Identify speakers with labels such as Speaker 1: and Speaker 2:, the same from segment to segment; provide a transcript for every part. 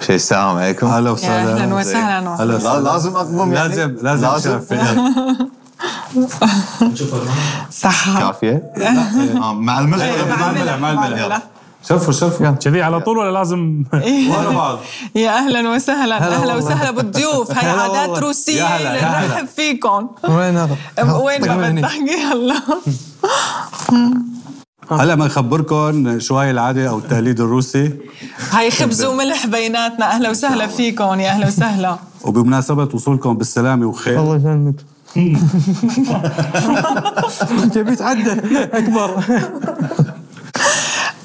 Speaker 1: شفيق السلام عليكم
Speaker 2: اهلا
Speaker 3: يا
Speaker 2: وسهلا
Speaker 3: اهلا وسهلا وسهلا
Speaker 2: هلا وسهلا.
Speaker 1: لازم أضمم يعني؟
Speaker 2: لازم لازم
Speaker 1: لازم؟
Speaker 2: شفيق
Speaker 3: صحة
Speaker 1: كافيه آه، مع
Speaker 3: إيه،
Speaker 1: الملح
Speaker 3: مع الملح،
Speaker 2: مع الملح.
Speaker 3: مع الملح.
Speaker 2: شوفوا شوفوا
Speaker 4: شفيق على طول ولا لازم
Speaker 2: ورا بعض
Speaker 3: يا اهلا وسهلا
Speaker 2: هلا
Speaker 3: اهلا
Speaker 2: والله.
Speaker 3: وسهلا بالضيوف هاي
Speaker 2: هلا
Speaker 3: عادات
Speaker 2: والله. يا
Speaker 3: روسيه
Speaker 2: هلا،
Speaker 3: اللي
Speaker 2: يا هلا.
Speaker 3: نرحب فيكم
Speaker 2: وين هذا؟
Speaker 3: وين ما بدك يلا
Speaker 2: هلا بنخبركم شو هاي العاده او التقليد الروسي
Speaker 3: هاي خبز وملح بيناتنا اهلا وسهلا فيكم يا اهلا وسهلا
Speaker 2: وبمناسبه وصولكم بالسلامه وخير
Speaker 5: الله يسلمك جبت عدل اكبر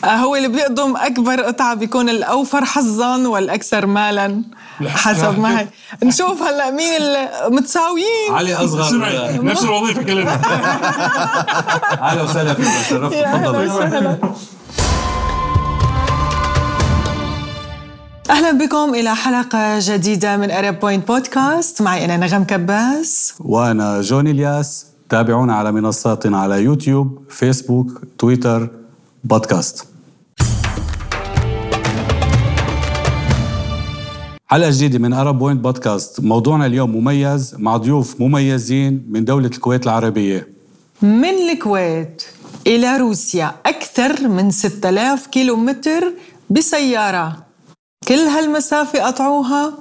Speaker 3: آه، هو اللي بيقدم اكبر قطعه بيكون الاوفر حظا والاكثر مالا حسب ما هي نشوف هلا مين المتساويين
Speaker 2: علي اصغر
Speaker 4: سمعي نفس الوظيفه كلنا
Speaker 2: اهلا وسهلا فيكم تشرفت
Speaker 3: يا اهلا
Speaker 2: تفضلوا
Speaker 3: وسهلا اهلا بكم الى حلقه جديده من ارب بوينت بودكاست معي انا نغم كباس
Speaker 2: وانا جوني الياس تابعونا على منصاتنا على يوتيوب فيسبوك تويتر بودكاست حلقة جديدة من أرب بوينت بودكاست موضوعنا اليوم مميز مع ضيوف مميزين من دولة الكويت العربية
Speaker 3: من الكويت إلى روسيا أكثر من 6000 كيلومتر بسيارة كل هالمسافة قطعوها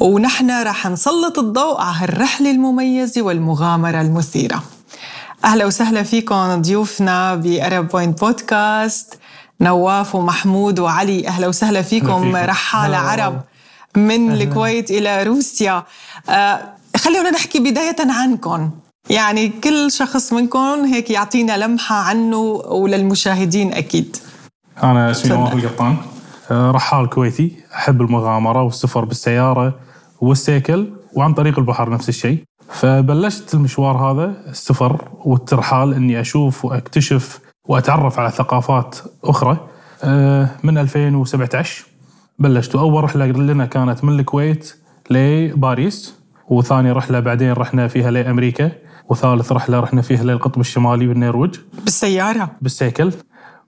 Speaker 3: ونحن رح نسلط الضوء على هالرحلة المميزة والمغامرة المثيرة أهلا وسهلا فيكم ضيوفنا بأرب بوينت بودكاست نواف ومحمود وعلي أهلا وسهلا فيكم
Speaker 4: فيكم.
Speaker 3: رحالة عرب من الكويت إلى روسيا آه، خلونا نحكي بداية عنكم يعني كل شخص منكم هيك يعطينا لمحة عنه وللمشاهدين أكيد
Speaker 4: انا اسمي نواف القطان آه، رحال كويتي احب المغامره والسفر بالسياره والسيكل وعن طريق البحر نفس الشيء فبلشت المشوار هذا السفر والترحال اني اشوف واكتشف واتعرف على ثقافات اخرى آه، من 2017 بلشت واول رحله لنا كانت من الكويت لباريس وثاني رحله بعدين رحنا فيها لامريكا وثالث رحله رحنا فيها للقطب الشمالي بالنرويج
Speaker 3: بالسيارة
Speaker 4: بالسيكل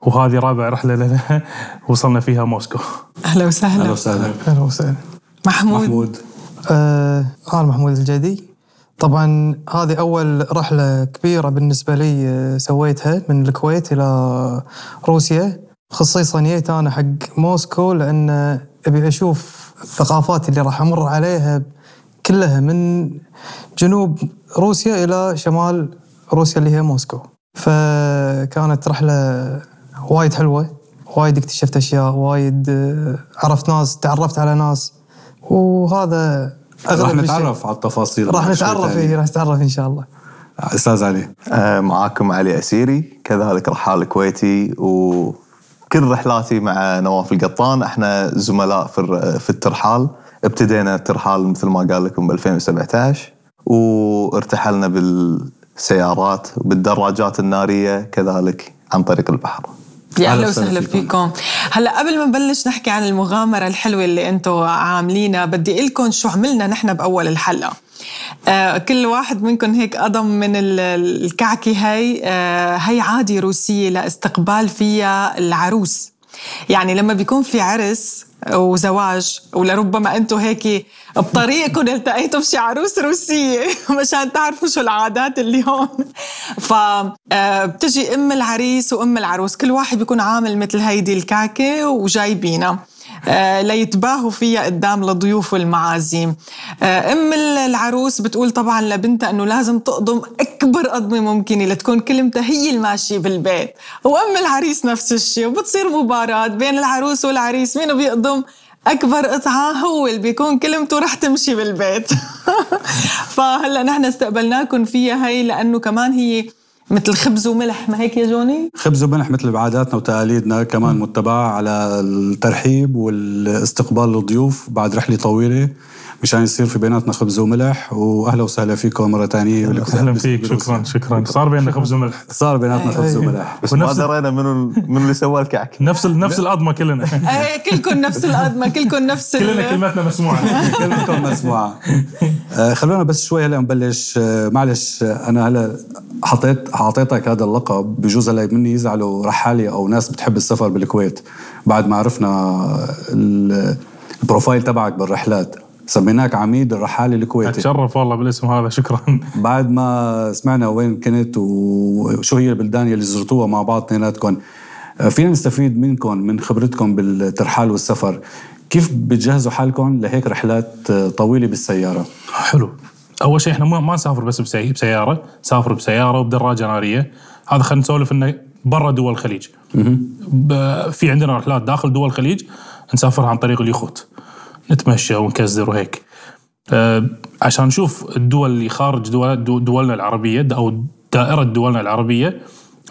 Speaker 4: وهذه رابع رحله لنا وصلنا فيها موسكو
Speaker 3: أهلا
Speaker 2: أهلا
Speaker 3: وسهلا
Speaker 2: وسهلا
Speaker 5: اهلا وسهلا نعم.
Speaker 3: محمود,
Speaker 2: محمود
Speaker 5: آه، انا محمود الجدي طبعا هذه اول رحله كبيره بالنسبه لي آه، سويتها من الكويت الى روسيا خصيصا جيت انا حق موسكو لان آه، ابي اشوف الثقافات اللي راح امر عليها كلها من جنوب روسيا الى شمال روسيا اللي هي موسكو فكانت رحله وايد حلوه وايد اكتشفت اشياء وايد آه، عرفت ناس تعرفت على ناس وهذا
Speaker 2: رح
Speaker 5: الشيء.
Speaker 2: نتعرف على التفاصيل
Speaker 5: راح
Speaker 2: شوي
Speaker 5: نتعرف
Speaker 2: تاني.
Speaker 5: إيه، راح نتعرف ان شاء الله
Speaker 2: أستاذ علي
Speaker 1: آه، معاكم علي اسيري كذلك رحال كويتي وكل رحلاتي مع نواف القطان احنا زملاء في الر- في الترحال ابتدينا الترحال مثل ما قال لكم ب 2017 وارتحلنا بالسيارات وبالدراجات الناريه كذلك عن طريق البحر
Speaker 3: يا اهلا
Speaker 2: أهلا
Speaker 3: وسهلا
Speaker 2: وسهلا
Speaker 3: فيكم هلا قبل ما نبلش نحكي عن المغامره الحلوه اللي انتم عاملينها بدي اقول لكم شو عملنا نحن باول الحلقه آه كل واحد منكم هيك قضم من ال- ال- الكعكه هاي آه هاي عادي روسيه لاستقبال فيها العروس يعني لما بيكون في عرس وزواج ولربما انتم هيك بطريقكم التقيتوا بشي عروس روسيه مشان تعرفوا شو العادات اللي هون ف آه، بتجي ام العريس وام العروس كل واحد بيكون عامل مثل هيدي الكعكه وجايبينا آه، ليتباهوا فيها قدام الضيوف والمعازيم آه، ام العروس بتقول طبعا لبنتها انه لازم تقضم اكبر قضمه ممكنه لتكون كلمتها هي الماشيه بالبيت وام العريس نفس الشيء وبتصير مباراه بين العروس والعريس مين بيقضم اكبر قطعه هو اللي بيكون كلمته رح تمشي بالبيت فهلا نحن استقبلناكم فيها هي لانه كمان هي مثل خبز وملح ما هيك يا جوني
Speaker 2: خبز وملح مثل بعاداتنا وتقاليدنا كمان متبعة على الترحيب والاستقبال للضيوف بعد رحلة طويلة مشان يصير في بيناتنا خبز وملح واهلا وسهلا فيكم مرة ثانية
Speaker 4: اهلا فيك شكرا شكرا صار بيننا خبز وملح
Speaker 2: صار بيناتنا خبز وملح
Speaker 1: بس ما
Speaker 4: ونفس-
Speaker 1: درينا منو ال- منو اللي سوى الكعك
Speaker 4: نفس ال- نفس الأضمة كلنا
Speaker 3: ايه كلكم نفس القدمه كلكم نفس
Speaker 4: كلنا
Speaker 3: ال-
Speaker 4: كلماتنا مسموعة
Speaker 2: كلكم مسموعة آه، خلونا بس شوي هلا نبلش آه، معلش آه، انا هلا حطيت اعطيتك هذا اللقب بجوز هلا مني يزعلوا رحالي او ناس بتحب السفر بالكويت بعد ما عرفنا ال- البروفايل تبعك بالرحلات سميناك عميد الرحالي الكويتي
Speaker 4: اتشرف والله بالاسم هذا شكرا
Speaker 2: بعد ما سمعنا وين كنت وشو هي البلدان اللي زرتوها مع بعض اثنيناتكم فينا نستفيد منكم من خبرتكم بالترحال والسفر كيف بتجهزوا حالكم لهيك رحلات آه، طويله بالسياره
Speaker 4: حلو اول شيء احنا ما ما نسافر بس بسي- بسياره نسافر بسياره وبدراجه ناريه هذا خلينا نسولف انه برا دول الخليج ب- في عندنا رحلات داخل دول الخليج نسافرها عن طريق اليخوت نتمشى ونكزر وهيك آه، عشان نشوف الدول اللي خارج دول دو- دولنا العربيه د- او دائره دولنا العربيه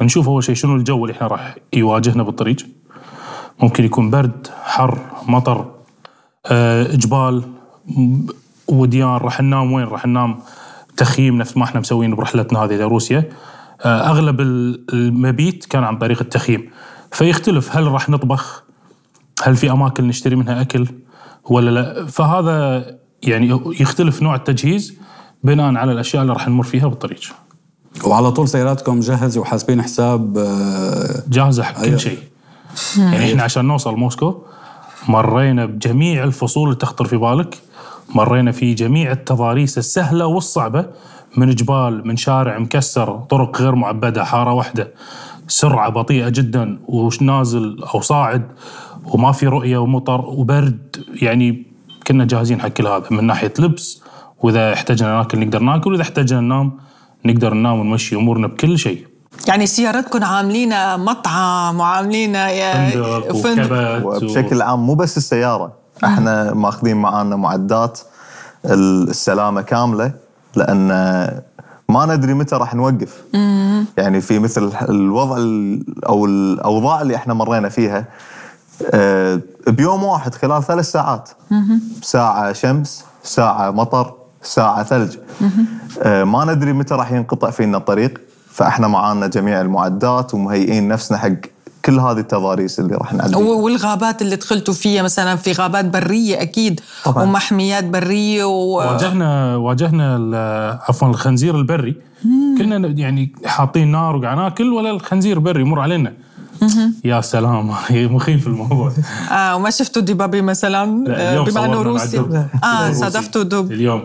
Speaker 4: نشوف اول شيء شنو الجو اللي احنا راح يواجهنا بالطريق ممكن يكون برد حر مطر آه، جبال م- وديان راح ننام وين راح ننام تخييم نفس ما احنا مسوين برحلتنا هذه لروسيا آه، اغلب ال- المبيت كان عن طريق التخييم فيختلف هل راح نطبخ هل في اماكن نشتري منها اكل ولا لا فهذا يعني يختلف نوع التجهيز بناء على الاشياء اللي راح نمر فيها بالطريق
Speaker 2: وعلى طول سياراتكم جاهزه وحاسبين حساب آه،
Speaker 4: جاهزه حق
Speaker 2: أيوة.
Speaker 4: كل شيء يعني احنا عشان نوصل موسكو مرينا بجميع الفصول اللي تخطر في بالك مرينا في جميع التضاريس السهله والصعبه من جبال من شارع مكسر طرق غير معبده حاره واحده سرعه بطيئه جدا ونازل او صاعد وما في رؤيه ومطر وبرد يعني كنا جاهزين حق كل هذا من ناحيه لبس واذا احتجنا ناكل نقدر ناكل واذا احتجنا ننام نقدر ننام ونمشي امورنا بكل شيء
Speaker 3: يعني سيارتكم عاملينها مطعم وعاملينها يا-
Speaker 4: فندق
Speaker 3: آه، فندق.
Speaker 4: وكبت
Speaker 1: وبشكل عام مو بس السياره احنا ماخذين معانا معدات السلامه كامله لان ما ندري متى راح نوقف يعني في مثل الوضع ال- او الاوضاع اللي احنا مرينا فيها آه، بيوم واحد خلال ثلاث ساعات ساعه شمس ساعه مطر ساعه ثلج آه، ما ندري متى راح ينقطع فينا الطريق فاحنا معانا جميع المعدات ومهيئين نفسنا حق كل هذه التضاريس اللي راح نعديها
Speaker 3: و- والغابات اللي دخلتوا فيها مثلا في غابات بريه اكيد
Speaker 1: طبعاً.
Speaker 3: ومحميات بريه و...
Speaker 4: واجهنا واجهنا ال- عفوا الخنزير البري كنا ن- يعني حاطين نار وقاعد ناكل ولا الخنزير بري يمر علينا يا سلام مخيف الموضوع
Speaker 3: آه وما شفتوا دبابي مثلا
Speaker 4: لا،
Speaker 3: آه،
Speaker 4: اليوم
Speaker 3: بما انه
Speaker 4: صورنا مع
Speaker 3: روسي
Speaker 4: الدب. إيه.
Speaker 3: اه
Speaker 4: روسي.
Speaker 3: صادفتوا دب
Speaker 4: اليوم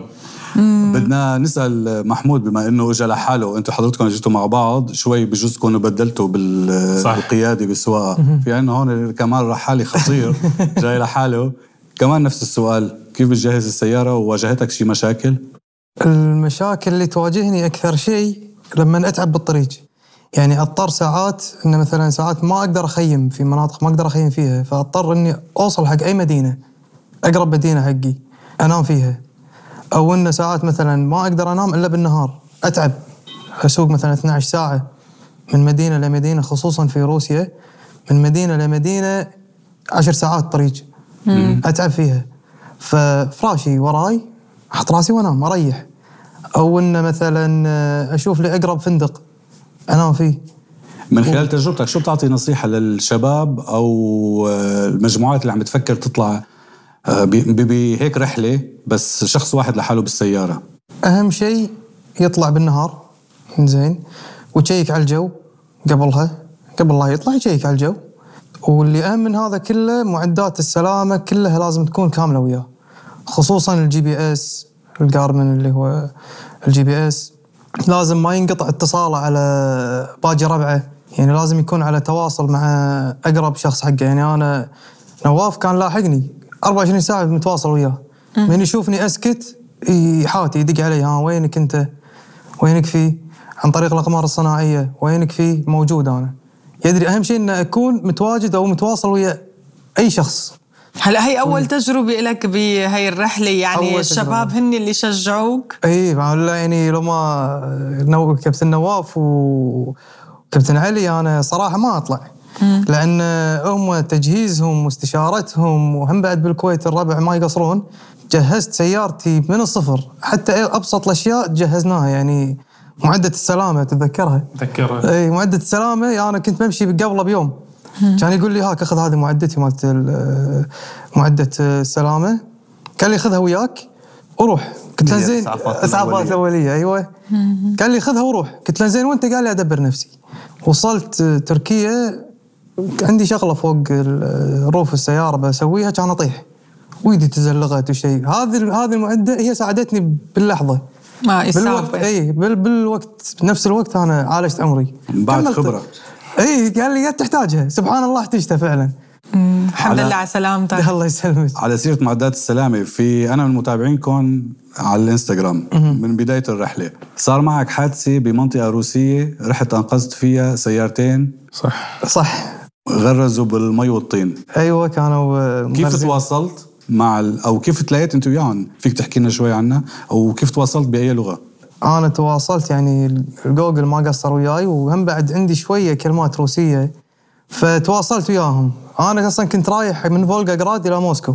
Speaker 2: بدنا نسال محمود بما انه اجى لحاله انتم حضرتكم اجيتوا مع بعض شوي بجوز تكونوا بدلتوا بال-
Speaker 4: صح.
Speaker 2: بالقياده بالسواقه في عندنا هون كمان رحالي خطير جاي لحاله كمان نفس السؤال كيف بتجهز السياره وواجهتك شي مشاكل
Speaker 5: المشاكل اللي تواجهني اكثر شيء لما اتعب بالطريق يعني اضطر ساعات ان مثلا ساعات ما اقدر اخيم في مناطق ما اقدر اخيم فيها فاضطر اني اوصل حق اي مدينه اقرب مدينه حقي انام فيها او ان ساعات مثلا ما اقدر انام الا بالنهار اتعب اسوق مثلا 12 ساعه من مدينه لمدينه خصوصا في روسيا من مدينه لمدينه عشر ساعات طريق اتعب فيها ففراشي وراي احط راسي وانام اريح او ان مثلا آه، اشوف لي اقرب فندق انام فيه
Speaker 2: من خلال تجربتك شو بتعطي نصيحة للشباب أو آه، المجموعات اللي عم بتفكر تطلع آه، ب- ب- بهيك رحلة بس شخص واحد لحاله بالسيارة
Speaker 5: اهم شيء يطلع بالنهار زين وتشيك على الجو قبلها قبل لا يطلع يشيك على الجو واللي اهم من هذا كله معدات السلامه كلها لازم تكون كامله وياه خصوصا الجي بي اس الجارمن اللي هو الجي بي اس لازم ما ينقطع اتصاله على باجي ربعه يعني لازم يكون على تواصل مع اقرب شخص حقه يعني انا نواف كان لاحقني 24 ساعه متواصل وياه من يشوفني اسكت يحاتي يدق علي ها وينك انت؟ وينك فيه؟ عن طريق الاقمار الصناعيه وينك فيه؟ موجود انا يدري اهم شيء ان اكون متواجد او متواصل ويا اي شخص
Speaker 3: هلا هي اول تجربه لك بهي الرحله يعني
Speaker 5: أول
Speaker 3: الشباب هن اللي شجعوك
Speaker 5: اي مع الله يعني لو ما نو كابتن نواف وكابتن علي انا صراحه ما اطلع لان هم تجهيزهم واستشارتهم وهم بعد بالكويت الربع ما يقصرون جهزت سيارتي من الصفر حتى ابسط الاشياء جهزناها يعني معده السلامه تتذكرها
Speaker 4: تذكر
Speaker 5: اي معده السلامه انا يعني كنت بمشي قبله بيوم كان يقول لي هاك اخذ هذه معدتي مالت ال- معده السلامه قال لي خذها وياك وروح قلت له
Speaker 1: هي
Speaker 5: زين
Speaker 1: الإسعافات
Speaker 5: اسعافات
Speaker 1: الأولية.
Speaker 5: الاوليه ايوه قال لي خذها وروح قلت له زين وانت قال لي ادبر نفسي وصلت آه، تركيا عندي شغله فوق ال- روف السياره بسويها كان اطيح وايدي تزلقت وشيء هذه هذه المعده هي ساعدتني باللحظه
Speaker 3: ما
Speaker 5: بالوقت إيه.
Speaker 3: إصابة
Speaker 5: اي بال بالوقت بنفس الوقت انا عالجت امري
Speaker 2: بعد
Speaker 5: كملت.
Speaker 2: خبرة.
Speaker 5: اي قال لي يا تحتاجها سبحان الله احتجتها فعلا
Speaker 3: الحمد لله على سلامتك
Speaker 5: الله يسلمك
Speaker 2: على سيرة معدات السلامة في أنا من متابعينكم على الانستغرام من بداية الرحلة صار معك حادثة بمنطقة روسية رحت أنقذت فيها سيارتين
Speaker 4: صح
Speaker 5: صح
Speaker 2: غرزوا بالمي والطين
Speaker 5: ايوه كانوا
Speaker 2: كيف
Speaker 5: مغرزين.
Speaker 2: تواصلت مع ال... أو كيف تلاقيت أنت وياهم فيك تحكي لنا شوي عنها أو كيف تواصلت بأي لغة
Speaker 5: انا تواصلت يعني الجوجل ما قصر وياي وهم بعد عندي شويه كلمات روسيه فتواصلت وياهم انا اصلا كنت رايح من فولغا جراد الى موسكو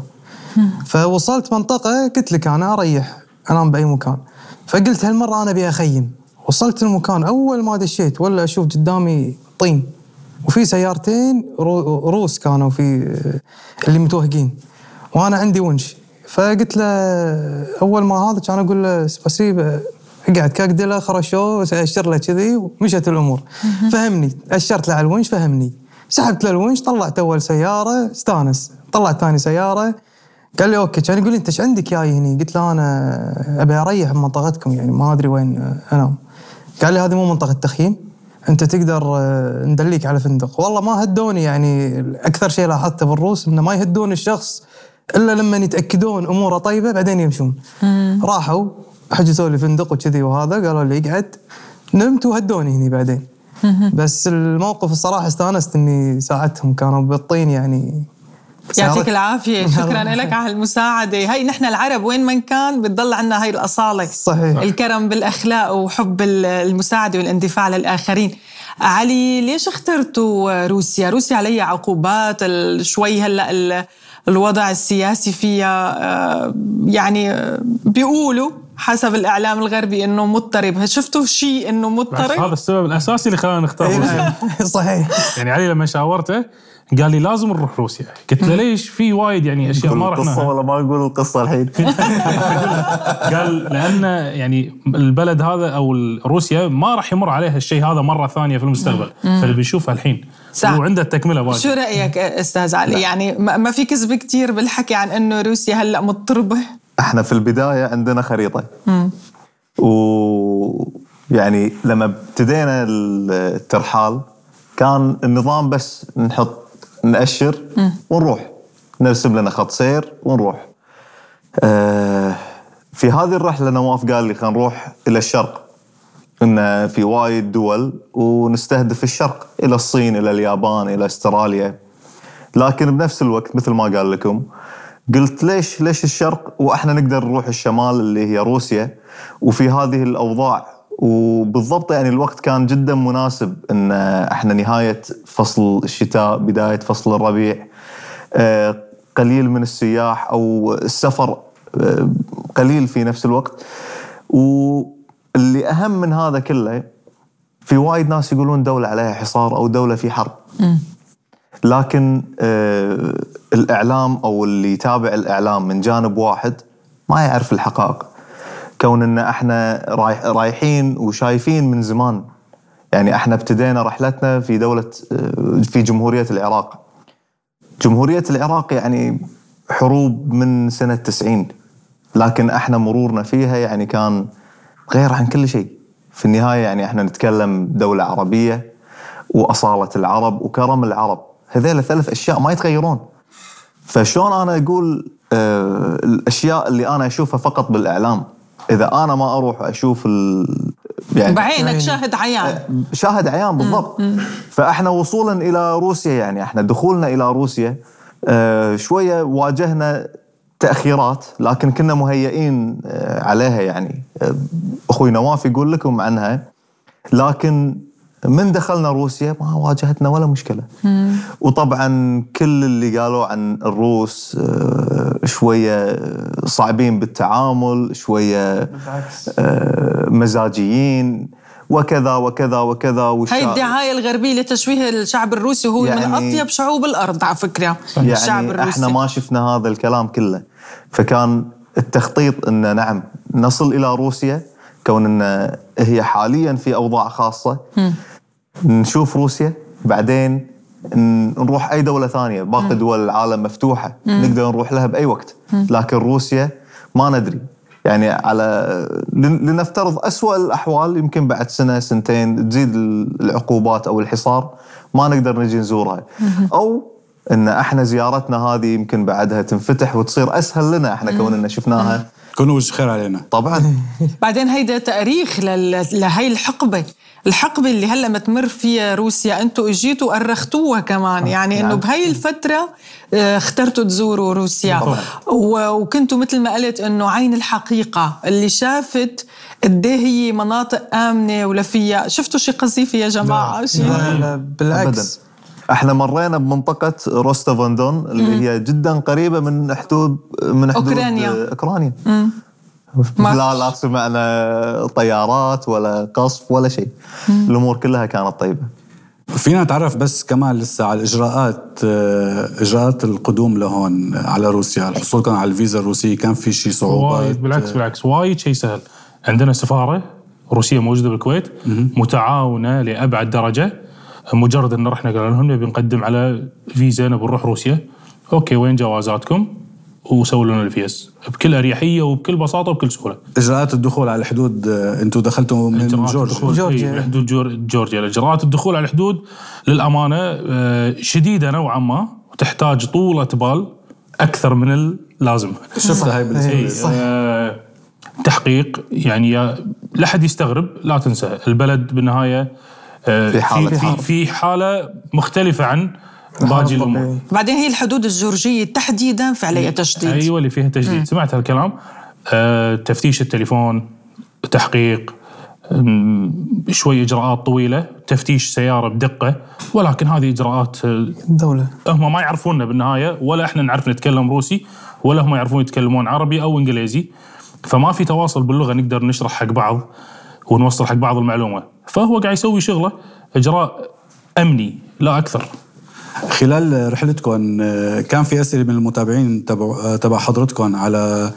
Speaker 5: فوصلت منطقه قلت لك انا اريح انام باي مكان فقلت هالمره انا ابي اخيم وصلت المكان اول ما دشيت ولا اشوف قدامي طين وفي سيارتين رو- روس كانوا في اللي متوهقين وانا عندي ونش فقلت له اول ما هذا كان اقول له سباسيبا قعد كاكدلا خرشو اشر له كذي ومشت الامور فهمني اشرت له على الونش فهمني سحبت له الونش طلعت اول سياره استانس طلعت ثاني سياره قال لي اوكي كان يقول لي انت ايش عندك جاي هني؟ قلت له انا ابي اريح بمنطقتكم يعني ما ادري وين انام قال لي هذه مو منطقه تخييم انت تقدر آه، ندليك على فندق والله ما هدوني يعني اكثر شيء لاحظته بالروس انه ما يهدون الشخص الا لما يتاكدون اموره طيبه بعدين يمشون راحوا حجزوا لي فندق وكذي وهذا قالوا لي اقعد نمت وهدوني هني بعدين بس الموقف الصراحه استانست اني ساعدتهم كانوا بالطين يعني
Speaker 3: يعطيك
Speaker 5: سيارات-
Speaker 3: العافية شكرا
Speaker 5: الله
Speaker 3: لك
Speaker 5: يخليك.
Speaker 3: على هالمساعدة هاي نحن العرب وين ما كان بتضل عنا هاي الأصالة
Speaker 5: صحيح.
Speaker 3: الكرم بالأخلاق وحب ال- المساعدة والاندفاع للآخرين علي ليش اخترتوا روسيا؟ روسيا عليها عقوبات ال- شوي هلأ ال- الوضع السياسي فيها آه، يعني آه، بيقولوا حسب الإعلام الغربي إنه مضطرب شفتوا شيء إنه
Speaker 4: بس
Speaker 3: مضطرب؟
Speaker 4: هذا السبب الاساسي اللي خلانا نختار
Speaker 3: إيه.
Speaker 4: روسيا
Speaker 5: صحيح
Speaker 4: يعني علي لما شاورته قال لي لازم نروح روسيا قلت له ليش في وايد يعني اشياء ما
Speaker 1: القصه
Speaker 4: رحناها
Speaker 1: ولا ما نقول القصه الحين
Speaker 4: قال لان يعني البلد هذا او ال- روسيا ما راح يمر عليها الشيء هذا مره ثانيه في المستقبل فاللي بيشوفها الحين
Speaker 3: صح.
Speaker 4: وعنده تكمله واجد
Speaker 3: شو رايك استاذ علي يعني ما ما في كذب كتير بالحكي عن انه روسيا هلا مضطربه
Speaker 1: احنا في البدايه عندنا خريطه و يعني لما ابتدينا الترحال كان النظام بس نحط نأشر ونروح نرسم لنا خط سير ونروح آه، في هذه الرحله نواف قال لي خلينا نروح الى الشرق ان في وايد دول ونستهدف الشرق الى الصين الى اليابان الى استراليا لكن بنفس الوقت مثل ما قال لكم قلت ليش ليش الشرق واحنا نقدر نروح الشمال اللي هي روسيا وفي هذه الاوضاع وبالضبط يعني الوقت كان جدا مناسب ان احنا نهايه فصل الشتاء بدايه فصل الربيع آه، قليل من السياح او السفر آه، قليل في نفس الوقت واللي اهم من هذا كله في وايد ناس يقولون دوله عليها حصار او دوله في حرب لكن آه، الاعلام او اللي يتابع الاعلام من جانب واحد ما يعرف الحقائق كون ان احنا رايح- رايحين وشايفين من زمان يعني احنا ابتدينا رحلتنا في دوله آه، في جمهوريه العراق جمهوريه العراق يعني حروب من سنه 90 لكن احنا مرورنا فيها يعني كان غير عن كل شيء في النهايه يعني احنا نتكلم دوله عربيه واصاله العرب وكرم العرب هذيلا ثلاث اشياء ما يتغيرون فشلون انا اقول آه الاشياء اللي انا اشوفها فقط بالاعلام اذا انا ما اروح اشوف ال... يعني
Speaker 3: بعينك شاهد عيان
Speaker 1: شاهد عيان بالضبط فاحنا وصولا الى روسيا يعني احنا دخولنا الى روسيا آه، شويه واجهنا تاخيرات لكن كنا مهيئين آه، عليها يعني آه، اخوي نواف يقول لكم عنها لكن من دخلنا روسيا ما واجهتنا ولا مشكله وطبعا كل اللي قالوا عن الروس آه، شويه صعبين بالتعامل شويه آه، مزاجيين وكذا وكذا وكذا وشا-
Speaker 3: هاي الدعايه الغربيه لتشويه الشعب الروسي وهو يعني من
Speaker 1: يعني-
Speaker 3: اطيب شعوب الارض على فكره يعني الشعب
Speaker 1: يعني
Speaker 3: الروسي
Speaker 1: احنا ما شفنا هذا الكلام كله فكان التخطيط ان نعم نصل الى روسيا كون ان هي حاليا في اوضاع خاصه نشوف روسيا بعدين ن- نروح اي دوله ثانيه باقي دول العالم مفتوحه نقدر نروح لها باي وقت لكن روسيا ما ندري يعني على لن- لنفترض أسوأ الأحوال يمكن بعد سنة سنتين تزيد ال- العقوبات أو الحصار ما نقدر نجي نزورها أو أن احنا زيارتنا هذه يمكن بعدها تنفتح وتصير أسهل لنا احنا كوننا شفناها
Speaker 2: كونوا وجه خير علينا
Speaker 1: طبعا
Speaker 3: بعدين هيدا تاريخ لل- لهي الحقبه الحقبه اللي هلا متمر فيها روسيا انتم اجيتوا وارختوها كمان يعني انه
Speaker 1: نعم.
Speaker 3: بهي الفتره آه، اخترتوا تزوروا روسيا
Speaker 1: طبعاً.
Speaker 3: و- وكنتوا مثل ما قلت انه عين الحقيقه اللي شافت قد إيه هي مناطق امنه ولا فيها شفتوا شي قصيفه يا جماعه شي
Speaker 5: لا لا بالعكس
Speaker 1: أبداً. احنا مرينا بمنطقة روستوفندون اللي هي جدا قريبة من حدود من حدود
Speaker 3: أوكرانيا.
Speaker 1: أوكرانيا
Speaker 3: ما-
Speaker 1: لا لا سمعنا طيارات ولا قصف ولا شيء الأمور كلها كانت طيبة
Speaker 2: فينا نتعرف بس كمان لسه على الاجراءات آه، اجراءات القدوم لهون على روسيا الحصول كان على الفيزا الروسيه كان في شيء صعوبات
Speaker 4: وايد
Speaker 2: آه.
Speaker 4: بالعكس بالعكس وايد شيء سهل عندنا سفاره روسيه موجوده بالكويت متعاونه لابعد درجه مجرد ان رحنا قالوا لهم نبي نقدم على فيزا نبي نروح روسيا اوكي وين جوازاتكم وسووا لنا الفيز بكل اريحيه وبكل بساطه وبكل سهوله
Speaker 2: اجراءات الدخول على الحدود آه، انتوا دخلتوا من
Speaker 4: إجراءات الدخول-
Speaker 2: جورجيا
Speaker 5: جورجيا.
Speaker 4: إيه، من حدود جور- جورجيا اجراءات الدخول على الحدود للامانه آه، شديده نوعا ما وتحتاج طوله بال اكثر من اللازم
Speaker 2: شفتها هاي بالنسبه
Speaker 4: اي
Speaker 2: لي
Speaker 5: صح.
Speaker 4: آه تحقيق يعني يا- لا حد يستغرب لا تنسى البلد بالنهايه آه
Speaker 1: في حالة
Speaker 4: في,
Speaker 1: حرب.
Speaker 4: في, في حاله مختلفه عن
Speaker 5: الحرب
Speaker 4: باقي الامور
Speaker 5: طبيعي.
Speaker 3: بعدين هي الحدود الجورجيه تحديدا في عليها تشديد
Speaker 4: ايوه اللي فيها تجديد سمعت هالكلام آه تفتيش التليفون تحقيق أم، شوي اجراءات طويله تفتيش سياره بدقه ولكن هذه اجراءات آه،
Speaker 5: الدولة
Speaker 4: هم ما يعرفوننا بالنهايه ولا احنا نعرف نتكلم روسي ولا هم يعرفون يتكلمون عربي او انجليزي فما في تواصل باللغه نقدر نشرح حق بعض ونوصل حق بعض المعلومه فهو قاعد يسوي شغله اجراء امني لا اكثر
Speaker 2: خلال رحلتكم آه، كان في اسئله من المتابعين تبع آه، تبع حضرتكم على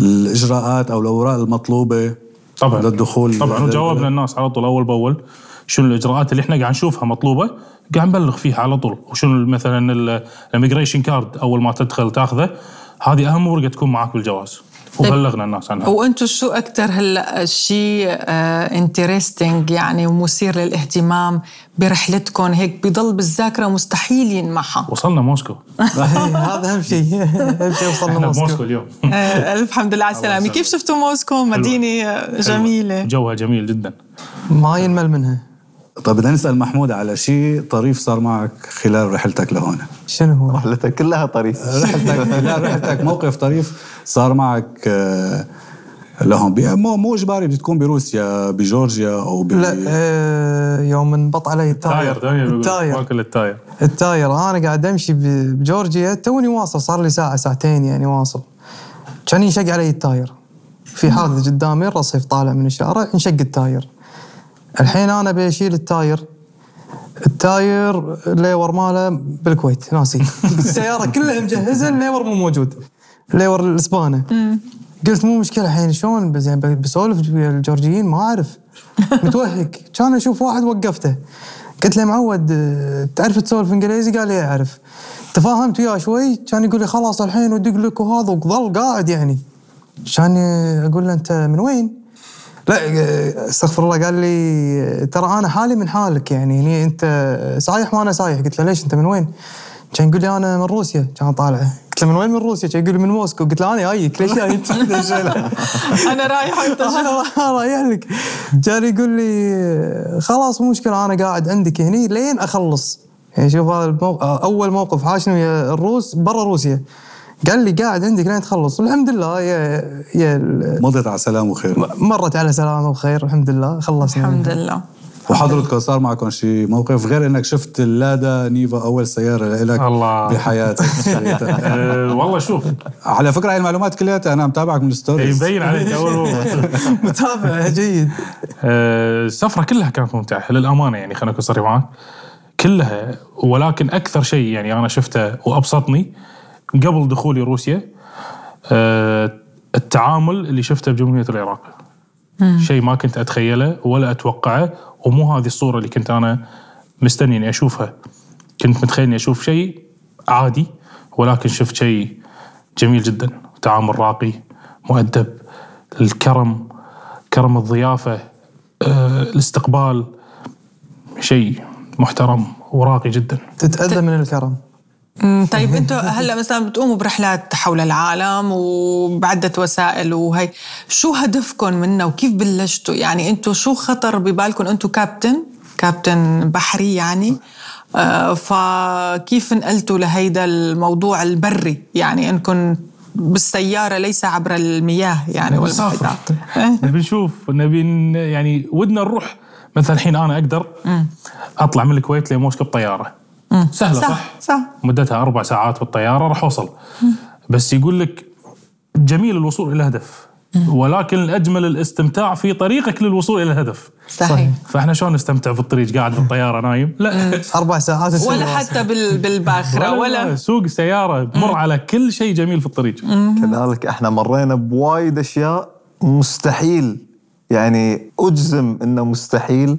Speaker 2: الاجراءات او الاوراق المطلوبه
Speaker 4: طبعا
Speaker 2: للدخول
Speaker 4: طبعا وجاوبنا الناس على طول اول باول شنو الاجراءات اللي احنا قاعد نشوفها مطلوبه قاعد نبلغ فيها على طول وشنو مثلا الاميجريشن كارد اول ما تدخل تاخذه هذه اهم ورقه تكون معاك بالجواز وبلغنا الناس عنها
Speaker 3: وانتم شو اكثر هلا شيء انترستنج آه، يعني ومثير للاهتمام برحلتكم هيك بضل بالذاكره مستحيل ينمحى
Speaker 4: وصلنا موسكو
Speaker 5: إيه، هذا أهم شيء أهم شيء وصلنا
Speaker 4: احنا بموسكو
Speaker 5: موسكو
Speaker 4: اليوم
Speaker 3: آه، الف حمد لله على السلامه كيف شفتوا موسكو مدينه آه، جميله
Speaker 4: جوها جميل جدا
Speaker 5: ما ينمل منها
Speaker 2: طيب بدنا نسال محمود على شيء طريف صار معك خلال رحلتك لهون
Speaker 5: شنو هو؟
Speaker 1: رحلتها كلها طريق
Speaker 2: رحلتك خلال رحلتك موقف طريف صار معك آه، لهم بي- مو مو اجباري بتكون بروسيا بجورجيا او ب
Speaker 5: لا آه، يوم انبط علي التاير
Speaker 4: تاير تاير بيقول
Speaker 5: التاير
Speaker 4: ماكل التاير
Speaker 5: التاير انا قاعد امشي ب- بجورجيا توني واصل صار لي ساعه ساعتين يعني واصل كان ينشق علي التاير في حادث قدامي الرصيف طالع من الشارع انشق التاير الحين انا بشيل التاير التاير الليور ماله بالكويت ناسي السياره كلها مجهزه الليور مو موجود الليور الاسبانه قلت مو مشكله الحين شلون بس- يعني بسولف ويا الجورجيين ما اعرف متوهق كان اشوف واحد وقفته قلت له معود آه، تعرف تسولف انجليزي؟ قال لي اعرف تفاهمت وياه شوي كان يقول لي خلاص الحين ودق لك وهذا وظل قاعد يعني كان آه، اقول له انت من وين؟ لا آه، استغفر الله قال لي ترى انا حالي من حالك يعني هني انت صايح وانا صايح قلت له ليش انت من وين؟ كان يقول لي انا من روسيا كان طالعه قلت له من وين من روسيا؟ كان يقول لي من موسكو قلت له انا جايك ليش جاي أنت؟ ليش جاي؟
Speaker 3: انا رايحه وأنت جاي.
Speaker 5: الله رايح لك كان يقول لي خلاص مو مشكله انا قاعد عندك هني لين اخلص يعني شوف هذا الموقف اول موقف حاشني ويا الروس برا روسيا قال لي قاعد عندك لين تخلص والحمد لله يا يا
Speaker 2: مضت على سلام وخير
Speaker 5: مرت على سلامه وخير الحمد لله خلصنا
Speaker 3: الحمد لله
Speaker 2: وحضرتكم صار معكم شيء موقف غير انك شفت اللادا نيفا اول سياره لك
Speaker 4: الله.
Speaker 2: بحياتك اشتريتها.
Speaker 4: أه والله شوف
Speaker 2: على فكره هاي المعلومات كلها انا متابعك من الستوريز
Speaker 4: يبين عليك اول مرة.
Speaker 5: متابع جيد
Speaker 4: أه، السفره كلها كانت ممتعه للامانه يعني خليني اكون صريح معك كلها ولكن اكثر شيء يعني انا شفته وابسطني قبل دخولي روسيا أه، التعامل اللي شفته بجمهوريه العراق شيء ما كنت اتخيله ولا اتوقعه ومو هذه الصوره اللي كنت انا مستني اني اشوفها كنت متخيل اني اشوف شيء عادي ولكن شفت شيء جميل جدا تعامل راقي مؤدب الكرم كرم الضيافه آه، الاستقبال شيء محترم وراقي جدا
Speaker 5: تتأذى من الكرم
Speaker 3: أمم، طيب انتم هلا مثلا بتقوموا برحلات حول العالم وبعده وسائل وهي شو هدفكم منها وكيف بلشتوا يعني انتم شو خطر ببالكم انتم كابتن كابتن بحري يعني آه، فكيف انقلتوا لهيدا الموضوع البري يعني انكم بالسياره ليس عبر المياه يعني إيه. والمحيطات
Speaker 4: نبي نشوف نبي ن- يعني ودنا نروح مثلا الحين انا اقدر اطلع من الكويت لموسكو بطياره سهله صح,
Speaker 3: صح صح
Speaker 4: مدتها اربع ساعات بالطياره راح اوصل بس يقول لك جميل الوصول الى هدف ولكن الاجمل الاستمتاع في طريقك للوصول الى الهدف
Speaker 3: صحيح
Speaker 4: فاحنا شلون نستمتع بالطريق قاعد بالطياره نايم لا
Speaker 5: اربع ساعات
Speaker 3: ولا
Speaker 5: السيارة.
Speaker 3: حتى بال- بالباخره ولا
Speaker 4: سوق سياره مر على كل شيء جميل في الطريق
Speaker 1: كذلك احنا مرينا بوايد اشياء مستحيل يعني اجزم انه مستحيل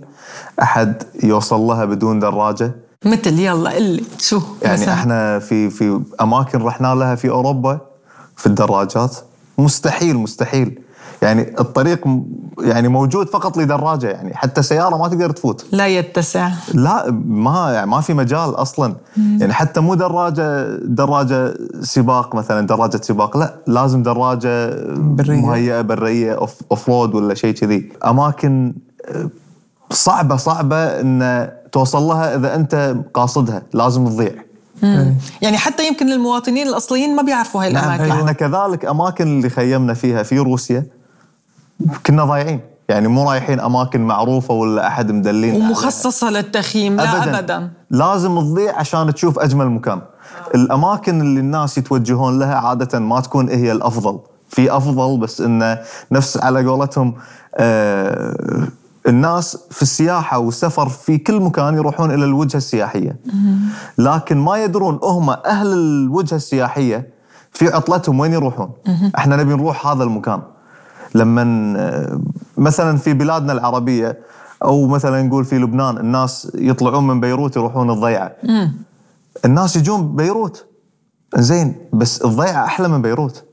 Speaker 1: احد يوصل لها بدون دراجه
Speaker 3: مثل يلا قلي شو
Speaker 1: يعني
Speaker 3: مثلاً؟
Speaker 1: احنا في في اماكن رحنا لها في اوروبا في الدراجات مستحيل مستحيل يعني الطريق م- يعني موجود فقط لدراجه يعني حتى سياره ما تقدر تفوت
Speaker 3: لا يتسع
Speaker 1: لا ما يعني ما في مجال اصلا يعني حتى مو دراجه دراجه سباق مثلا دراجه سباق لا لازم دراجه
Speaker 5: برية.
Speaker 1: مهيئه بريه أوف- اوف رود ولا شيء كذي اماكن آه، صعبه صعبه ان توصل لها اذا انت قاصدها لازم تضيع
Speaker 5: إيه.
Speaker 3: يعني حتى يمكن المواطنين الاصليين ما بيعرفوا هاي
Speaker 1: نعم
Speaker 3: الاماكن
Speaker 1: احنا كذلك اماكن اللي خيمنا فيها في روسيا كنا ضايعين يعني مو رايحين اماكن معروفه ولا احد مدلين
Speaker 3: ومخصصه للتخييم لا ابدا, أبداً.
Speaker 1: لازم تضيع عشان تشوف اجمل مكان الاماكن اللي الناس يتوجهون لها عاده ما تكون هي الافضل في افضل بس انه نفس على قولتهم آه الناس في السياحه والسفر في كل مكان يروحون الى الوجهه السياحيه لكن ما يدرون هم اهل الوجهه السياحيه في عطلتهم وين يروحون احنا نبي نروح هذا المكان لما مثلا في بلادنا العربيه او مثلا نقول في لبنان الناس يطلعون من بيروت يروحون الضيعه الناس يجون بيروت زين بس الضيعه احلى من بيروت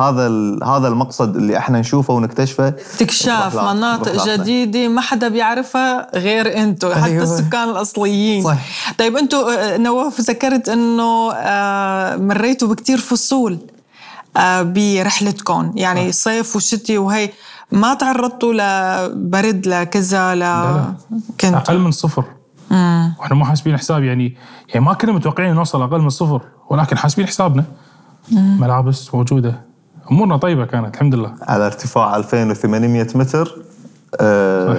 Speaker 1: هذا ال- هذا المقصد اللي احنا نشوفه ونكتشفه
Speaker 3: استكشاف
Speaker 1: برحلات-
Speaker 3: مناطق
Speaker 1: برحلاتنا.
Speaker 3: جديده ما حدا بيعرفها غير انتم حتى
Speaker 5: أيوة.
Speaker 3: السكان الاصليين
Speaker 5: صح.
Speaker 3: طيب انتم آه، نواف ذكرت انه آه، مريتوا بكتير فصول آه، برحلتكم يعني صيف وشتي وهي ما تعرضتوا لبرد لكذا ل
Speaker 4: لا.
Speaker 3: كنت
Speaker 4: اقل من صفر واحنا مو حاسبين حساب يعني يعني ما كنا متوقعين نوصل اقل من صفر ولكن حاسبين حسابنا ملابس موجوده امورنا طيبه كانت الحمد لله
Speaker 1: على ارتفاع 2800 متر آه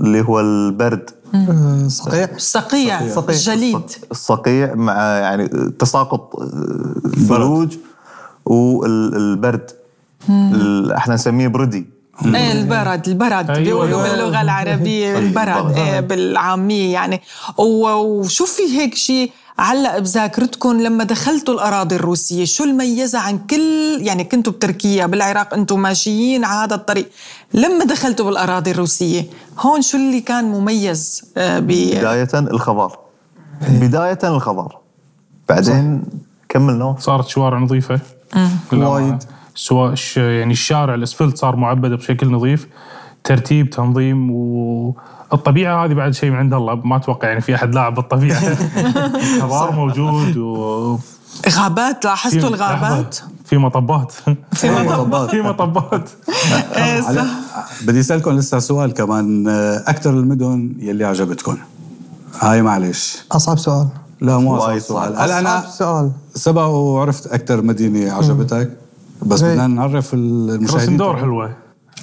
Speaker 1: اللي هو البرد
Speaker 5: آه، صقيع
Speaker 3: صقيع
Speaker 5: صقيع.
Speaker 3: جليد
Speaker 1: الصقيع مع يعني تساقط الثلوج والبرد ال- احنا نسميه بردي
Speaker 3: ايه البرد البرد
Speaker 4: أيوة.
Speaker 3: بيقولوا
Speaker 4: أيوة.
Speaker 3: باللغه العربيه البرد إيه بالعاميه يعني و- وشو في هيك شيء علق بذاكرتكم لما دخلتوا الاراضي الروسيه شو الميزه عن كل يعني كنتوا بتركيا بالعراق انتم ماشيين على هذا الطريق لما دخلتوا بالاراضي الروسيه هون شو اللي كان مميز آه، ب
Speaker 1: بدايه الخضار بدايه الخضار بعدين كمل نوف
Speaker 4: صارت شوارع نظيفه بالأمانة.
Speaker 5: وايد.
Speaker 4: سواء ش- يعني الشارع الاسفلت صار معبد بشكل نظيف ترتيب تنظيم والطبيعه هذه بعد شيء من عند الله ما اتوقع يعني في احد لاعب بالطبيعه خضار موجود و
Speaker 3: غابات لاحظتوا الغابات
Speaker 4: لحظة، في مطبات
Speaker 3: في
Speaker 4: أيوة.
Speaker 3: مطب
Speaker 2: طبات.
Speaker 4: في مطبات
Speaker 3: إيه، صح.
Speaker 2: على- بدي اسالكم لسه سؤال كمان اكثر المدن يلي عجبتكم هاي معلش
Speaker 5: اصعب سؤال
Speaker 2: لا مو
Speaker 1: وايد
Speaker 2: أصعب سؤال
Speaker 1: صعب.
Speaker 2: هلا
Speaker 5: اصعب
Speaker 2: انا
Speaker 5: سؤال
Speaker 2: سبق وعرفت اكثر مدينه عجبتك بس
Speaker 5: إيه.
Speaker 2: بدنا نعرف المشاهدين
Speaker 4: كروسندور حلوه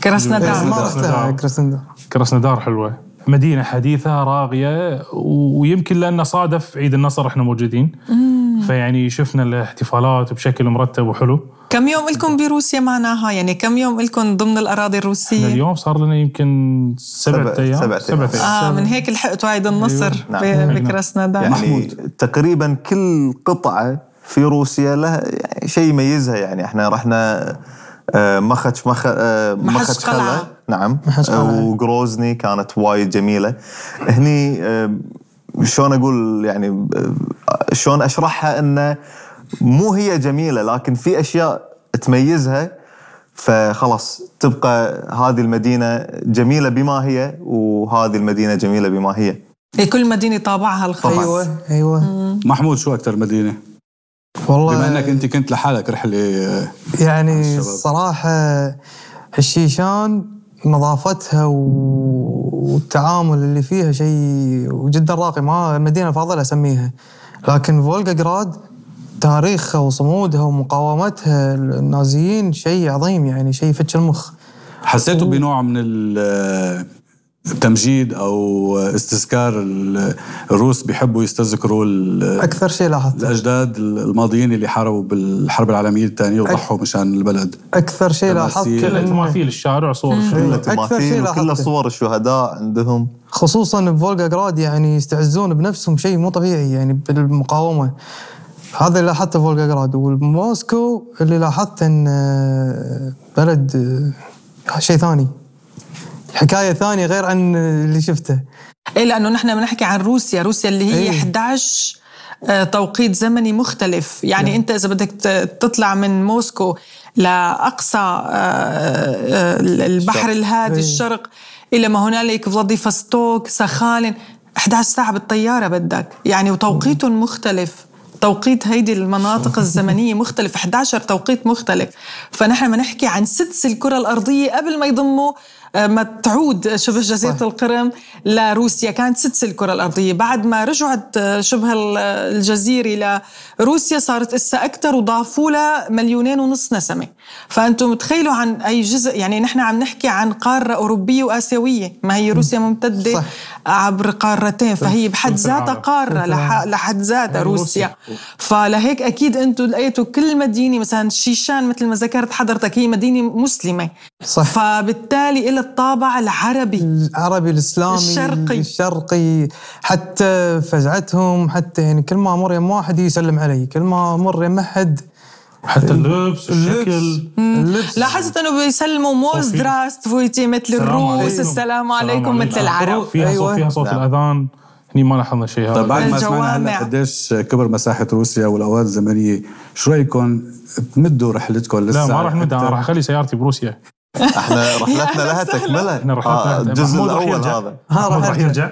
Speaker 4: أيوة.
Speaker 5: بس إيه، ما
Speaker 3: كراسنودار
Speaker 5: رحتها كريسندر
Speaker 4: كراسنودار حلوه مدينه حديثه راقيه و- ويمكن لانه صادف عيد النصر احنا موجودين فيعني شفنا الاحتفالات بشكل مرتب وحلو
Speaker 3: كم يوم لكم بروسيا معناها يعني كم يوم لكم ضمن الاراضي
Speaker 4: احنا
Speaker 3: الروسيه
Speaker 4: اليوم صار لنا يمكن سبعة
Speaker 1: سبع-
Speaker 4: ايام
Speaker 1: سبعة أيام.
Speaker 3: اه من هيك لحقتوا عيد النصر
Speaker 1: نعم.
Speaker 3: أيوة. بكراسنودار
Speaker 1: يعني
Speaker 3: يعني
Speaker 2: محمود.
Speaker 1: تقريبا كل قطعه في روسيا لها يعني شيء يميزها يعني احنا رحنا آه، مخش مخ آه،
Speaker 3: محش
Speaker 1: مخش
Speaker 3: قلعة.
Speaker 1: خلا نعم
Speaker 5: محش
Speaker 1: آه،
Speaker 5: قلعة.
Speaker 1: وغروزني كانت وايد جميله هني آه، شلون اقول يعني آه، شلون اشرحها انه مو هي جميله لكن في اشياء تميزها فخلاص تبقى هذه المدينه جميله بما هي وهذه المدينه جميله بما هي
Speaker 3: إيه، كل مدينه طابعها الخاص
Speaker 1: طبعاً.
Speaker 5: ايوه ايوه
Speaker 2: محمود شو اكثر مدينه؟
Speaker 5: والله
Speaker 2: بما انك انت كنت لحالك رحله آه،
Speaker 5: يعني
Speaker 2: الشباب.
Speaker 5: الصراحة الشيشان نظافتها و- والتعامل اللي فيها شيء جدا راقي ما مدينة فاضلة أسميها لكن فولغاغراد تاريخها وصمودها ومقاومتها النازيين شيء عظيم يعني شيء يفتش المخ
Speaker 2: حسيته بنوع من ال- التمجيد او استذكار ال- الروس بيحبوا يستذكروا ال-
Speaker 5: أكثر شيء لاحظته
Speaker 2: الاجداد الماضيين اللي حاربوا بالحرب العالميه الثانيه وضحوا مشان البلد
Speaker 5: أكثر شيء لاحظته
Speaker 2: تماثيل.
Speaker 4: كله
Speaker 5: إنه-
Speaker 4: تماثيل الشارع صور
Speaker 1: كلها
Speaker 4: الشارع
Speaker 5: أكثر شيء
Speaker 1: تماثيل وكلها
Speaker 5: لاحظته.
Speaker 1: صور الشهداء عندهم
Speaker 5: خصوصا بفولغاغراد يعني يستعزون بنفسهم شيء مو طبيعي يعني بالمقاومه هذا اللي لاحظته في فولغاغراد وموسكو اللي لاحظت ان آه، بلد آه، شيء ثاني حكايه ثانيه غير عن اللي شفته
Speaker 3: ايه لانه نحن بنحكي عن روسيا، روسيا اللي هي
Speaker 5: إيه.
Speaker 3: 11 آه، توقيت زمني مختلف، يعني
Speaker 5: نعم.
Speaker 3: انت اذا بدك ت- تطلع من موسكو لاقصى آه، آه، البحر الهادي
Speaker 5: إيه.
Speaker 3: الشرق الى ما هنالك فلاديفستوك، سخالن 11 ساعة بالطيارة بدك، يعني وتوقيت مختلف توقيت هيدي المناطق الزمنية مختلف 11 توقيت مختلف فنحن بنحكي عن سدس الكرة الأرضية قبل ما يضموا آه، ما تعود شبه جزيرة
Speaker 5: صح.
Speaker 3: القرم لروسيا كانت سدس الكرة الأرضية بعد ما رجعت آه، شبه ال- الجزيرة لروسيا صارت إسا أكثر وضافوا لها مليونين ونص نسمة فأنتم تخيلوا عن أي جزء يعني نحن عم نحكي عن قارة أوروبية وآسيوية ما هي روسيا ممتدة
Speaker 5: صح.
Speaker 3: صح. عبر قارتين فهي بحد
Speaker 4: ثلث
Speaker 3: ذاتها
Speaker 4: العالم.
Speaker 3: قارة لح-
Speaker 5: ثلث العالم.
Speaker 3: لحد ذاتها
Speaker 5: يعني روسيا.
Speaker 3: روسيا فلهيك اكيد انتم لقيتوا كل مدينه مثلا شيشان مثل ما ذكرت حضرتك هي مدينه مسلمه
Speaker 5: صح
Speaker 3: فبالتالي لها الطابع العربي
Speaker 5: العربي الاسلامي
Speaker 3: الشرقي.
Speaker 5: الشرقي حتى فزعتهم حتى يعني كل ما امر يم واحد يسلم علي كل ما امر يم احد
Speaker 4: حتى
Speaker 5: اللبس
Speaker 4: اللبس الشكل
Speaker 5: اللبس
Speaker 3: لاحظت انه بيسلموا موز
Speaker 4: صوفي.
Speaker 3: دراست فويتي مثل الروس السلام عليكم مثل العرب
Speaker 4: فيها أيوة. صوت
Speaker 5: أيوة.
Speaker 4: فيها صوت
Speaker 1: نعم.
Speaker 4: الاذان هني ما لاحظنا شيء هذا
Speaker 2: طيب بعد ما
Speaker 3: الجوامع.
Speaker 2: سمعنا هلا قديش كبر مساحه روسيا والاوقات الزمنيه شو رايكم تمدوا رحلتكم لسه
Speaker 4: لا ما راح نبدا
Speaker 2: حتى-
Speaker 4: انا راح اخلي سيارتي بروسيا
Speaker 1: احنا رحلتنا لها تكمله
Speaker 4: احنا رحلتنا
Speaker 1: آه، الجزء
Speaker 4: محمود آه. راح
Speaker 1: الاول
Speaker 4: يرجع.
Speaker 1: هذا
Speaker 4: محمود راح يرجع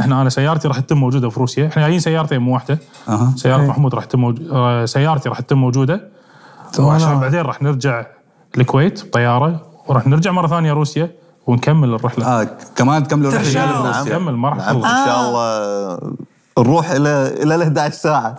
Speaker 4: احنا انا سيارتي راح تتم موجوده في روسيا احنا جايين سيارتين مو واحده
Speaker 2: اها
Speaker 4: سياره محمود راح تتم موج... آه، سيارتي راح تتم موجوده وعشان بعدين راح نرجع الكويت بطياره وراح نرجع مره ثانيه روسيا ونكمل الرحله
Speaker 2: اه كمان تكملوا الرحله
Speaker 3: ترجعوا.
Speaker 2: لروسيا.
Speaker 4: نكمل ما راح
Speaker 1: نعم
Speaker 4: نخلص.
Speaker 1: ان شاء
Speaker 5: آه.
Speaker 1: الله آه، نروح الى الى ال 11 ساعه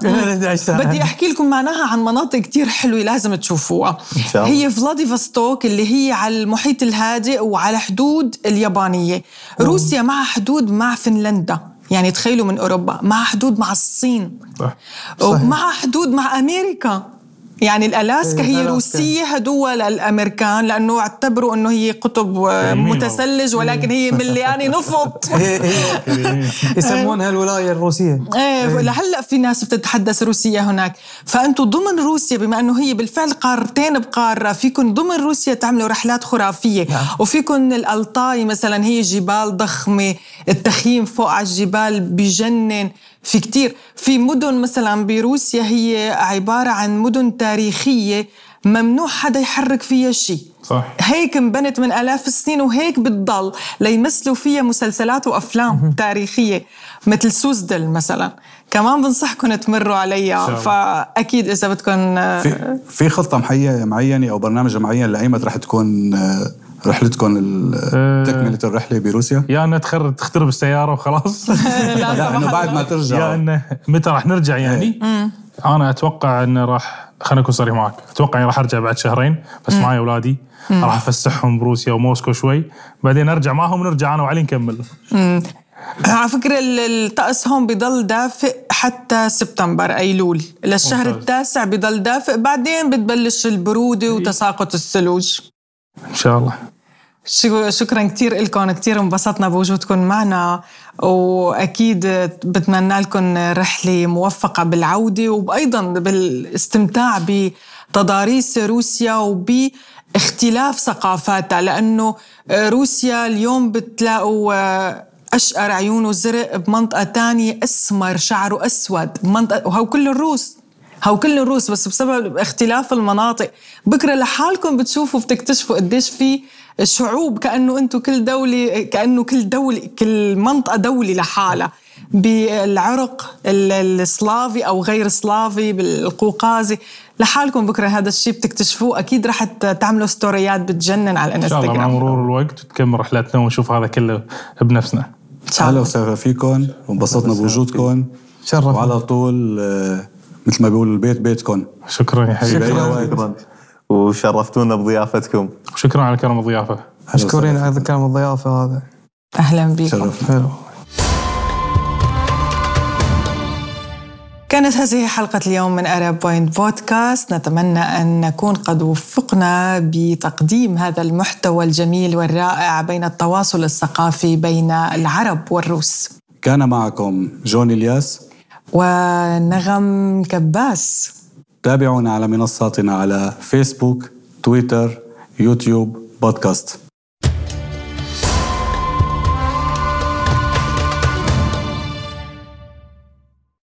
Speaker 3: بدي احكي لكم معناها عن مناطق كتير حلوه لازم تشوفوها
Speaker 1: شاء الله.
Speaker 3: هي فلاديفستوك اللي هي على المحيط الهادئ وعلى حدود اليابانيه روسيا مع حدود مع فنلندا يعني تخيلوا من اوروبا مع حدود مع الصين
Speaker 4: صح.
Speaker 3: ومع حدود مع امريكا يعني الالاسكا
Speaker 5: إيه،
Speaker 3: هي
Speaker 5: ألاسكا.
Speaker 3: روسيه هدوة للامريكان لانه اعتبروا انه هي قطب آه،
Speaker 4: كريمين
Speaker 3: متسلج ولكن هي مليانه نفط
Speaker 5: يسمونها الولايه الروسيه
Speaker 3: ايه لهلا في ناس بتتحدث روسيا هناك فانتم ضمن روسيا بما انه هي بالفعل قارتين بقاره فيكم ضمن روسيا تعملوا رحلات خرافيه نعم. وفيكم الالتاي مثلا هي جبال ضخمه التخييم فوق على الجبال بجنن في كتير في مدن مثلا بروسيا هي عباره عن مدن تاريخيه ممنوع حدا يحرك فيها شيء
Speaker 4: صح
Speaker 3: هيك انبنت من آلاف السنين وهيك بتضل ليمثلوا فيها مسلسلات وأفلام تاريخية مثل سوزدل مثلا كمان بنصحكم تمروا عليها
Speaker 4: شاء الله.
Speaker 3: فأكيد إذا بدكم
Speaker 4: نعم.
Speaker 2: في في خطه محيه معينه او برنامج معين لايمت رح تكون آه، رحلتكم ال-
Speaker 4: آه.
Speaker 2: تكمله الرحله بروسيا؟
Speaker 4: يا انها تخر تخترب السياره وخلاص
Speaker 3: لا
Speaker 2: لا
Speaker 3: سمح
Speaker 2: انه بعد ما
Speaker 3: الله
Speaker 4: يا
Speaker 2: ترجع
Speaker 4: انه متى راح نرجع يعني انا اتوقع انه راح خليني اكون صريح معك اتوقع اني راح ارجع بعد شهرين بس معي اولادي راح افسحهم بروسيا وموسكو شوي بعدين ارجع معهم ونرجع انا وعلي نكمل
Speaker 3: على فكرة ال- الطقس هون بضل دافئ حتى سبتمبر أيلول للشهر
Speaker 4: ممتاز.
Speaker 3: التاسع بضل دافئ بعدين بتبلش البرودة وتساقط الثلوج
Speaker 4: ان شاء الله
Speaker 3: شو- شكرا كثير لكم كثير انبسطنا بوجودكم معنا واكيد بتمنى لكم رحله موفقه بالعوده وايضا بالاستمتاع بتضاريس روسيا وباختلاف ثقافاتها لانه روسيا اليوم بتلاقوا أشقر عيونه زرق بمنطقة تانية أسمر شعره أسود بمنطقة وهو كل الروس هو كل الروس بس بسبب اختلاف المناطق بكرة لحالكم بتشوفوا بتكتشفوا قديش في شعوب كأنه أنتم كل دولة كأنه كل دولة كل منطقة دولة لحالها بالعرق ال- السلافي او غير سلافي بالقوقازي لحالكم بكره هذا الشيء بتكتشفوه اكيد رح ت- تعملوا ستوريات بتجنن على
Speaker 4: ان شاء الله مع
Speaker 3: الانستغرام
Speaker 4: مرور الوقت وتكمل رحلتنا ونشوف هذا كله بنفسنا
Speaker 3: إن شاء
Speaker 2: اهلا
Speaker 3: الله.
Speaker 2: وسهلا فيكم وانبسطنا بوجودكم
Speaker 5: شرفنا.
Speaker 2: وعلى طول آه، مثل ما بيقولوا البيت بيتكم
Speaker 4: شكرا يا حبيبي
Speaker 1: شكرا
Speaker 2: شكراً.
Speaker 1: شكرا وشرفتونا بضيافتكم
Speaker 4: وشكرا على كرم الضيافه
Speaker 5: مشكورين على كلام الضيافه هذا
Speaker 3: اهلا بكم
Speaker 2: شرف
Speaker 5: حلو
Speaker 3: كانت هذه حلقة اليوم من أرب بوينت بودكاست نتمنى أن نكون قد وفقنا بتقديم هذا المحتوى الجميل والرائع بين التواصل الثقافي بين العرب والروس
Speaker 2: كان معكم جون الياس
Speaker 3: ونغم كباس
Speaker 2: تابعونا على منصاتنا على فيسبوك تويتر يوتيوب بودكاست